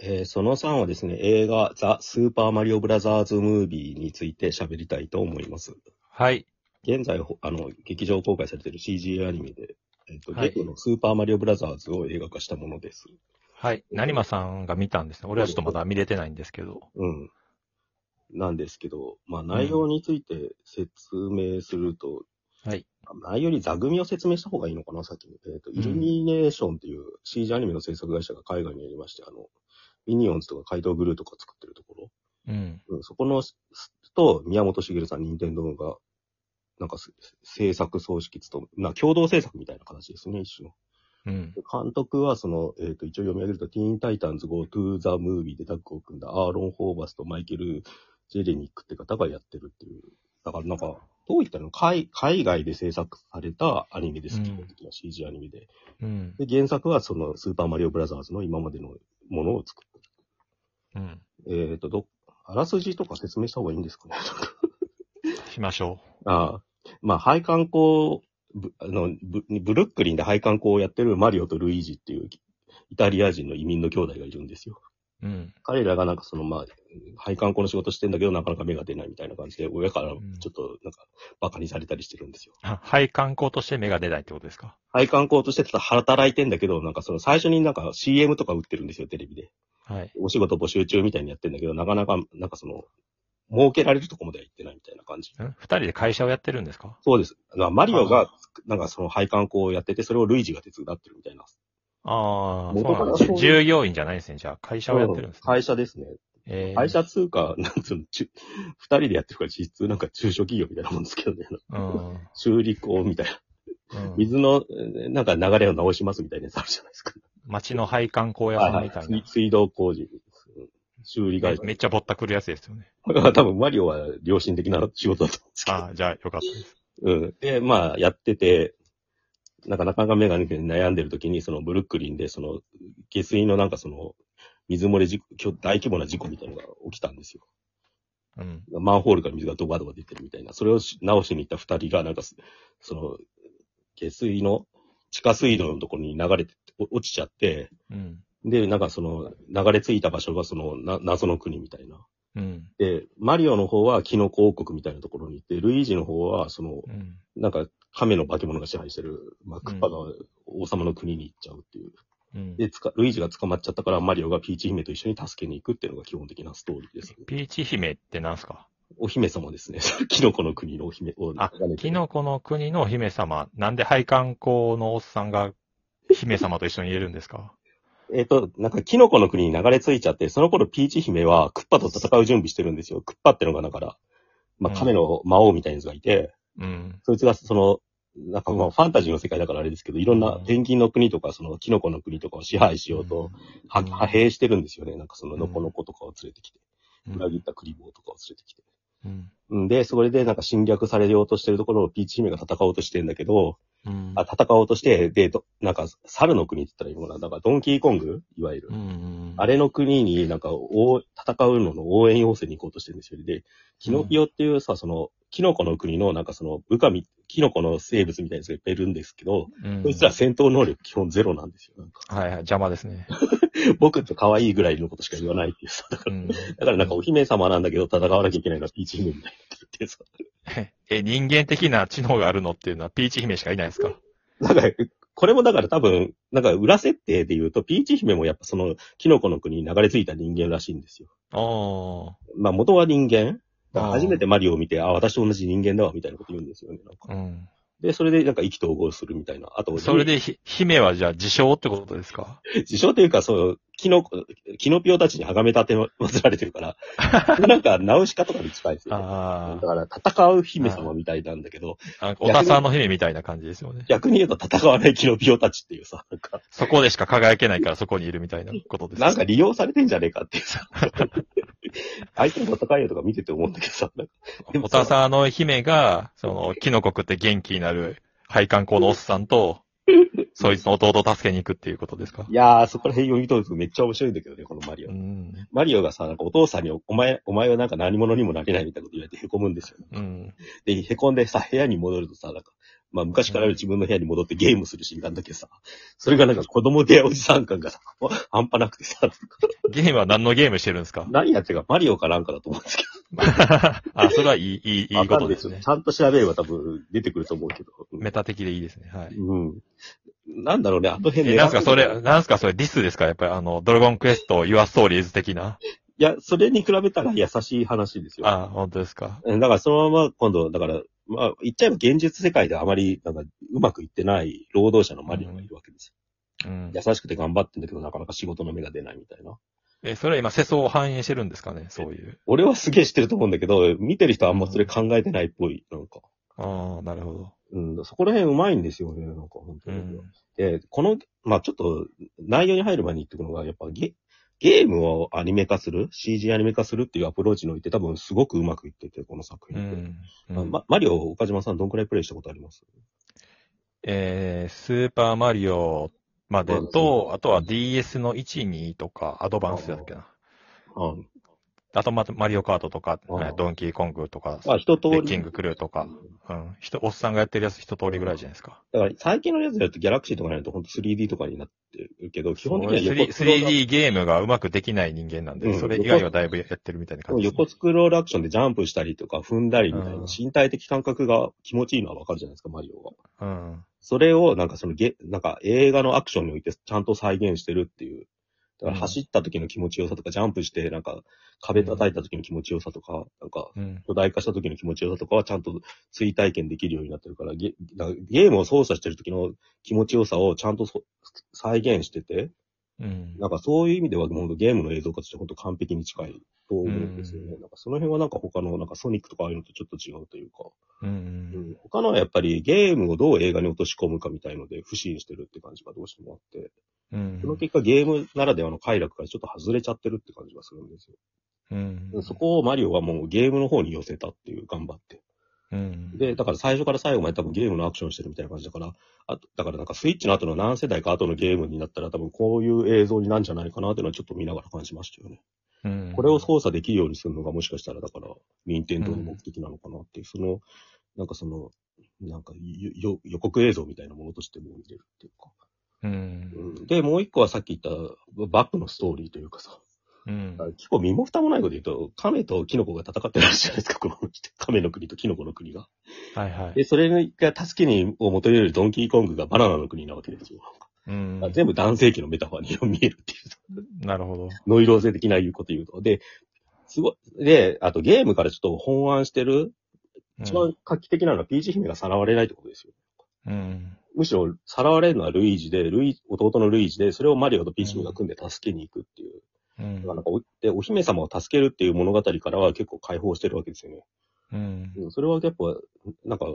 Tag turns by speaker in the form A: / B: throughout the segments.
A: えーその3はですね、映画ザ・スーパーマリオブラザーズ・ムービーについて喋りたいと思います。
B: はい。
A: 現在、ほあの、劇場公開されている CG アニメで、えっ、と、
B: はい
A: ゲクのスーパーマリオブラザーズを映画化したものです。
B: はい。成馬さんが見たんですね。俺はちょっとまだ見れてないんですけど。
A: うん。なんですけど、まあ内容について説明すると、
B: はい。
A: 内容より座組を説明した方がいいのかな、先に。えっ、と、
B: ん
A: イルミネーションっていう CG アニメの制作会社が海外にありまして、あの、ミニオンズとか怪盗グルーとか作ってるところ。
B: うん。
A: うん、そこのす、と、宮本茂さん、任天堂が、なんかす、制作総指揮務め、な、共同制作みたいな形ですね、一種の。
B: うん。
A: で監督は、その、えっ、と、一応読み上げると、ティーンタイタンズ Go to the Movie でタッグを組んだアーロン・ホーバスとマイケル・ジェレニックって方がやってるっていう。だからなんか、どういったの海海外で制作されたアニメです、
B: うん
A: 基本的な CG アニメで。
B: うん。
A: で、原作はその、スーパーマリオブラザーズの今までのものを作っ
B: うん。
A: てる。えっ、と、ど、あらすじとか説明した方がいいんですかね。
B: しましょ
A: ああ。まあ、配管工、ぶあのブブルックリンで配管工をやってるマリオとルイージっていうイタリア人の移民の兄弟がいるんですよ。
B: う。うん。
A: 彼らがなんかそのまあ、配管工の仕事してんだけどなかなか芽が出ないみたいな感じで、親から
B: うん
A: ちょっとなんかバカにされたりしてるんですよ。
B: あ配管工として目が出ないってことですか
A: 配管工としてただ働いてんだけど、なんかその最初になんか CM とか打ってるんですよ、テレビで。
B: はい。
A: お仕事募集中みたいにやってんだけど、なかなかなんかその、儲けられるとこまでは行ってないみたいな感じ。
B: ん二人で会社をやってるんですか
A: そうです。だからマリオが、なんかその配管工をやってて、それをルイージが手伝ってるみたいな。
B: ああ、そう
A: 元か
B: なん
A: ら
B: で
A: そう
B: す
A: いう
B: ね。従業員じゃないですね。じゃあ、会社をやってるんですね。
A: 会社ですね。
B: えー
A: 会社通貨、なんつうの、中 二人でやってるから実質なんか中小企業みたいなもんですけどね。
B: うん。
A: 修理工みたいな。
B: うん。
A: 水の、えーなんか流れを直しますみたいなやつあるじゃないです か。
B: 町の配管工屋
A: はい
B: さん
A: は
B: み
A: い
B: たい
A: 水
B: な。
A: 水道工事。うん修理会社。
B: めっちゃぼったくるやつですよね。
A: だから多分マリオは良心的な仕事だと
B: ああ、じゃあよかったです。
A: 思うんですけど。うん。で、まあ、やってて、なんかなかなか目が抜けて悩んでる時に、そのブルックリンで、その、下水のなんかその、水漏れ事故、きょ大規模な事故みたいなのが起きたんですよ。
B: うん。
A: マンホールから水がドバドバ出てるみたいな、それをし直しに行った二人が、なんかす、その、下水の、地下水道のところに流れて、お落ちちゃって、
B: うん。
A: で、なんかその、流れ着いた場所がその、な謎の国みたいな。
B: うん。
A: で、マリオの方はキノコ王国みたいなところに行って、ルイージの方は、その
B: う、ん。
A: なんか、亀の化け物が支配してる、まあ、クッパの王様の国に行っちゃうっていう。
B: うん。
A: で、つか、ルイージが捕まっちゃったから、マリオがピーチ姫と一緒に助けに行くっていうのが基本的なストーリーです。
B: ピーチ姫って何すか
A: お姫様ですね。 キノコの国のお姫を。
B: あ、キノコの国のお姫様。なんで配管工のおっさんが姫様と一緒にいるんですか
A: えっ、と、なんか、キノコの国に流れ着いちゃって、その頃ピーチ姫はクッパと戦う準備してるんですよ。クッパってのが、だから、まあ、
B: うん
A: 亀の魔王みたいなやつがいて、
B: うん。
A: そいつが、その、なんかまあ、ファンタジーの世界だからあれですけど、いろんなペンギンの国とか、その、キノコの国とかを支配しようと、は
B: うん
A: 派兵してるんですよね。なんか、その、
B: うん
A: ノコノコとかを連れてきて、
B: うん、
A: 裏切ったクリボーとかを連れてきて。
B: うん。
A: うんで、それでなんか侵略されようとしてるところをピーチ姫が戦おうとしてんだけど、
B: うん。
A: あ戦おうとして、で、どなんか、猿の国って言ったらいいのかな。だから、ドンキーコングいわゆる。
B: うん。
A: あれの国になんか、おう戦うのの応援要請に行こうとしてるんですよ。で、キノピオっていうさ、その、キノコの国のなんかその、部下み、キノコの生物みたいなやつがいっぱいいるんですけど、
B: うん、
A: そいつら戦闘能力基本ゼロなんですよ。なんか
B: はいはい、邪魔ですね。
A: 僕って可愛いぐらいのことしか言わないっていうさ。だか
B: う
A: ら、
B: ん、
A: だからなんかお姫様なんだけど戦わなきゃいけないのはピーチ姫みたいになっててさ。
B: え、人間的な知能があるのっていうのはピーチ姫しかいないですか
A: なんか、これもだから多分、なんか裏設定で言うと、ピーチ姫もやっぱその、キノコの国に流れ着いた人間らしいんですよ。
B: おー。
A: まあ元は人間だから
B: あー
A: 初めてマリオを見て、あ、私と同じ人間だわ、みたいなこと言うんですよね。なんか
B: うん。
A: で、それでなんか意気投合するみたいな。あと、
B: それでひ、姫はじゃあ自称ってことですか
A: 自称というか、そう、キノコ、キノピオたちに崇め立て祭られてる から、なんかナウシカとかに近いですよ、ね。だ
B: あ
A: から戦う姫様みたいなんだけど、
B: あ、なんかおたさんの姫みたいな感じですよね。
A: 逆に言うと戦わないキノピオたちっていうさ、なんか、
B: そこでしか輝けないからそこにいるみたいなことです。
A: なんか利用されてんじゃねえかっていう さ。相手の戦いよとか見てて思うんだけどさ、なんかでも
B: おたさの姫が、その、キノコ食って元気になる配管工のおっさん と、そいつの弟を助けに行くっていうことですか
A: いやー、そこら辺読み取るとめっちゃ面白いんだけどね、このマリオ。
B: うん。
A: マリオがさ、なんかお父さんに、お前、お前はなんか何者にもなれないみたいなこと言われて凹むんですよ。
B: うん。
A: で、凹んでさ、部屋に戻るとさ、なんか、まあ昔からある自分の部屋に戻ってゲームするシーンなんだけどさ、それがなんか子供部屋おじさん感がさ、もう半端なくてさ、
B: ゲームは何のゲームしてるんです か
A: 何やってるかマリオかなんかだと思うんですけ
B: あ、それはいい、いい、
A: ど。
B: いいことです
A: わ
B: ね。
A: かんないですよちゃんと調べれば多分出てくると思うけど。
B: メタ的でいいですね。はい。
A: うん。なんだろうね、あの辺
B: え、
A: で。
B: なんすかそれ、なんすかそれ、ディスですかやっぱりあの、ドラゴンクエスト、ユアストーリーズ的な。
A: いや、それに比べたら優しい話ですよ。
B: あ、本当ですか。
A: うんだからそのまま今度、だから、まあ、言っちゃえば現実世界であまり、なんか、うまくいってない労働者のマリオがいるわけです
B: うん。
A: よ。優しくて頑張ってんだけど、なかなか仕事の芽が出ないみたいな。
B: え、それは今、世相を反映してるんですかねそういう。
A: 俺はすげえ知ってると思うんだけど、見てる人はあんまそれ考えてないっぽい、なんか。
B: ああ、なるほど。
A: うん、そこら辺うまいんですよね、なんか、本当
B: う
A: に。
B: ん。
A: で、この、まあちょっと、内容に入る前に言っておくのが、やっぱゲ、ゲームをアニメ化する、CG アニメ化するっていうアプローチにおいて多分すごくうまくいってて、この作
B: う
A: 品って。
B: ん。
A: まあマリオ、岡島さんどんくらいプレイしたことあります
B: えー、スーパーマリオまで
A: そう
B: と、あとは DS の1、2とか、アドバンスだっけな。
A: あ
B: あと、ま、マリオカートとか、
A: ああ
B: ドンキーコングとか、
A: まあ一通
B: レ
A: り。
B: ッキングクルーとか、うん。人、おっさんがやってるやつ一通りぐらいじゃないですか。
A: だから最近のやつだとギャラクシーとかになると本当 3D とかになってるけど、基本的には
B: 俺
A: 横スクロール
B: 3D ゲームがうまくできない人間なんで、
A: うん
B: それ以外はだいぶやってるみたいな感じですね、
A: 横スクロールアクションでジャンプしたりとか踏んだりみたい
B: うん
A: な身体的感覚が気持ちいいのはわかるじゃないですか、マリオは。
B: うん。
A: それをなんかそのゲ、なんか映画のアクションにおいてちゃんと再現してるっていう。だから走った時の気持ちよさとか、ジャンプしてなんか壁叩いた時の気持ちよさとか、なんか
B: うん。
A: 巨大化した時の気持ちよさとかはちゃんと追体験できるようになってるから、ゲだゲームを操作してる時の気持ちよさをちゃんとそ再現してて、
B: うん。
A: なんかそういう意味ではもうゲームの映像化として本当完璧に近いと思うんですよね。
B: う
A: なんかその辺はなんか他のなんかソニックとかああいうのとちょっと違うというか、
B: う。
A: うんん、他のはやっぱりゲームをどう映画に落とし込むかみたいので不信してるって感じがどうしてもあって、
B: うん
A: その結果ゲームならではの快楽からちょっと外れちゃってるって感じがするんですよ。
B: うん
A: そこをマリオはもうゲームの方に寄せたっていう頑張って。
B: うん。
A: で、だから最初から最後まで多分ゲームのアクションしてるみたいな感じだから、あとだからなんかスイッチの後の何世代か後のゲームになったら多分こういう映像になるんじゃないかなっていうのはちょっと見ながら感じましたよね。
B: うん
A: これを操作できるようにするのがもしかしたらだから、任天堂の目的なのかなっていう、その、なんかその、なんかよよ予告映像みたいなものとしても見れるっていうか。
B: うん。
A: うん、で、もう一個はさっき言ったバックのストーリーというかさ、
B: うん。
A: 結構身も蓋もないこと言うと、亀とキノコが戦ってらっしゃるじゃないですか、この亀の国とキノコの国が。
B: はいはい。
A: で、それが助けにを求めるドンキーコングがバナナの国なわけですよ。
B: うん。
A: 全部男性器のメタファーに見えるっていう、
B: なるほど。
A: ノイローゼ的な言うこと言うと。で、すごい、で、あとゲームからちょっと本案してる、
B: うん
A: 一番画期的なのはピーチ姫がさらわれないってことですよ。
B: うん。
A: むしろ、さらわれるのはルイージで、ルイ、弟のルイージで、それをマリオとピーチ姫が組んで助けに行くっていう。
B: うん
A: だからなんかおで、お姫様を助けるっていう物語からは結構解放してるわけですよね。
B: うん。
A: うんそれはやっぱ、なんか、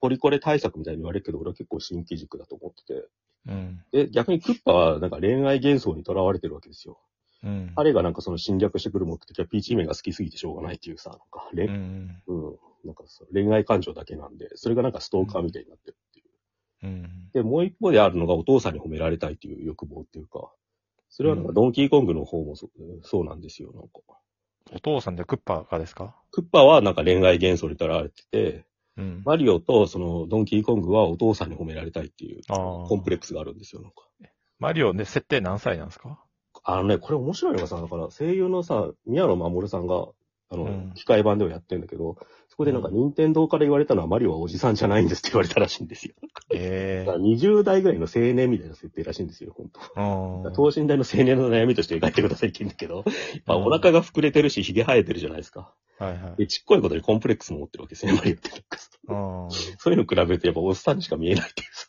A: ポリコレ対策みたいに言われるけど、俺は結構新規軸だと思ってて。
B: うん。
A: で、逆にクッパはなんか恋愛幻想にとらわれてるわけですよ。
B: うん。
A: 彼がなんかその侵略してくる目的はピーチ姫が好きすぎてしょうがないっていうさ、なんか
B: う
A: 恋、
B: ん。
A: うん、なんかそう恋愛感情だけなんで、それがなんかストーカーみたいになってるっていう。
B: うん。
A: で、もう一方であるのがお父さんに褒められたいっていう欲望っていうか、それはなんかドンキーコングの方もそそうなんですよ、なんか。
B: お父さんでクッパがですか
A: クッパはなんか恋愛幻想にとらわれてて、
B: うん。
A: マリオとそのドンキーコングはお父さんに褒められたいっていう
B: あー
A: コンプレックスがあるんですよ、なんか。
B: マリオね、設定何歳なんですか
A: あのね、これ面白いのがさ、だから声優のさ、宮野守さんが、あの、
B: うん
A: 機械版ではやってんだけど、そこでなんか、
B: うん
A: 任天堂から言われたのは、マリオはおじさんじゃないんですって言われたらしいんですよ。
B: え
A: だ
B: え
A: から20代ぐらいの青年みたいな設定らしいんですよ、本当。
B: うん。
A: 等身大の青年の悩みとして描いてくださいって言うんだけど、まあ、お腹が膨れてるし、髭生えてるじゃないですか。
B: はいはい。
A: で、ちっこいことにコンプレックスも持ってるわけですね、マリオってなんかさ。
B: うん。
A: そういうの比べると、やっぱおっさんにしか見えないっていうさ。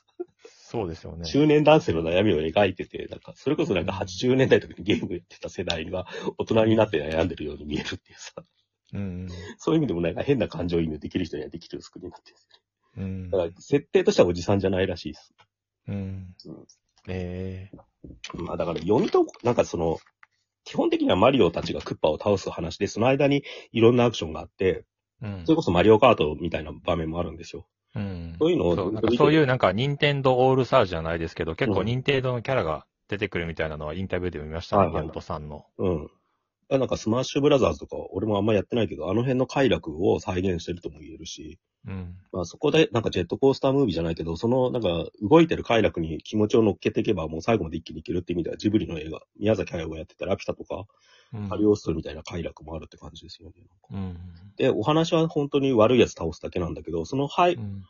B: そうですよね。
A: 中年男性の悩みを描いてて、なんか、それこそなんか80年代とかにゲームやってた世代が大人になって悩んでるように見えるっていうさ、
B: うん。
A: そういう意味でもなんか変な感情移入できる人にはできる作りになってるんです
B: うん
A: ね。だ。から、設定としてはおじさんじゃないらしいです。
B: うん。ええ
A: まあだから読みと、なんかその、基本的にはマリオたちがクッパを倒す話で、その間にいろんなアクションがあって、
B: うん
A: それこそマリオカートみたいな場面もあるんですよ。
B: うん
A: そういうのを
B: そうなん
A: ずっと
B: か
A: 見てる
B: そういうなんか、任天堂オールサーじゃないですけど、結
A: う
B: 構
A: ん
B: 任天堂のキャラが出てくるみたいなのはインタビューで見ましたね、
A: はいはい
B: ヤルトさんの。
A: うん。あなんかスマッシュブラザーズとか、俺もあんまやってないけど、あの辺の快楽を再現してるとも言えるし、
B: うん。
A: まあそこでなんかジェットコースタームービーじゃないけど、そのなんか動いてる快楽に気持ちを乗っけていけばもう最後まで一気にいけるって意味ではジブリの映画、宮崎駿がやってたラピュタとか、
B: うん
A: カリオストロみたいな快楽もあるって感じですよね。
B: うん。
A: で、お話は本当に悪いやつ倒すだけなんだけど、その背
B: うん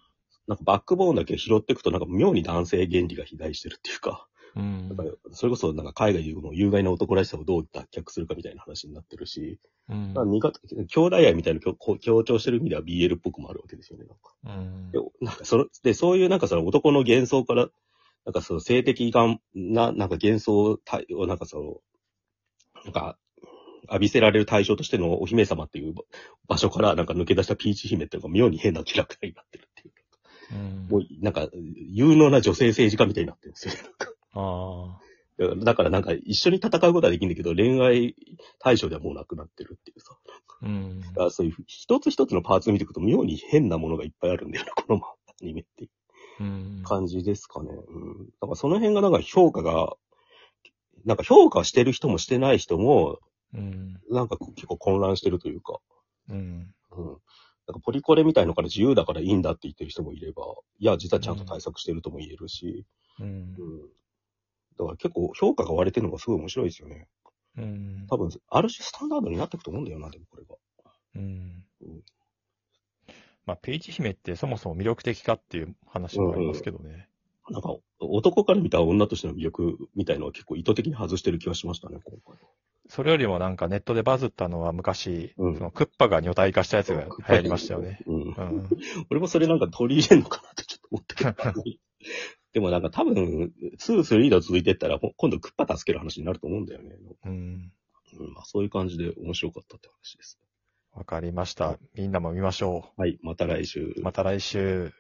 A: なんかバックボーンだけ拾っていくと、なんか妙に男性原理が肥大してるっていうか、
B: うん
A: だからそれこそなんか海外でいうの有害な男らしさをどう脱却するかみたいな話になってるし、
B: うん
A: まあ、苦手兄弟愛みたいなのを強強調してる意味では BL っぽくもあるわけですよね、なんか。
B: うん
A: で、なんかその、で、そういうなんかその男の幻想から、なんかその性的がんな、なんか幻想を対を、なんかその、なんか、浴びせられる対象としてのお姫様っていう場場所からなんか抜け出したピーチ姫っていうのが妙に変なキャラクターになってるっていう。
B: うん
A: もう、なんか、有能な女性政治家みたいになってるんですよ。
B: ああ。
A: だから、だからなんか一緒に戦うことはできるんだけど、恋愛対象ではもうなくなってるっていうさ。
B: うん。
A: だからそういう一つ一つのパーツ見ていくと妙に変なものがいっぱいあるんだよな、このアニメっていう
B: うん。
A: 感じですかね。うん。だからその辺がなんか評価が、なんか評価してる人もしてない人も、
B: うん。
A: なんか結構混乱してるというか、
B: うん。
A: うん。なんかポリコレみたいのから自由だからいいんだって言ってる人もいれば、いや、実はちゃんと対策してるとも言えるし、
B: うん
A: う。ん。だから結構評価が割れてるのがすごい面白いですよね。
B: うん。
A: 多分、ある種スタンダードになっていくと思うんだよな、でもこれが。
B: うん。まあ、ペイチ姫ってそもそも魅力的かっていう話もありますけどね。
A: なんか、男から見た女としての魅力みたいのは結構意図的に外してる気がしましたね、今回。
B: それよりもなんかネットでバズったのは昔、
A: うん
B: そのクッパが女体化したやつが流行りましたよね。。
A: うん
B: う。ん。
A: 俺もそれなんか取り入れんのかなってちょっと思ったけど。でもなんか多分、2、3と続いてったら、ほん今度クッパ助ける話になると思うんだよね。
B: うん。
A: うん、まあそういう感じで面白かったって話です。
B: わかりました。みんなも見ましょ
A: はい、また来週。
B: う。また来週。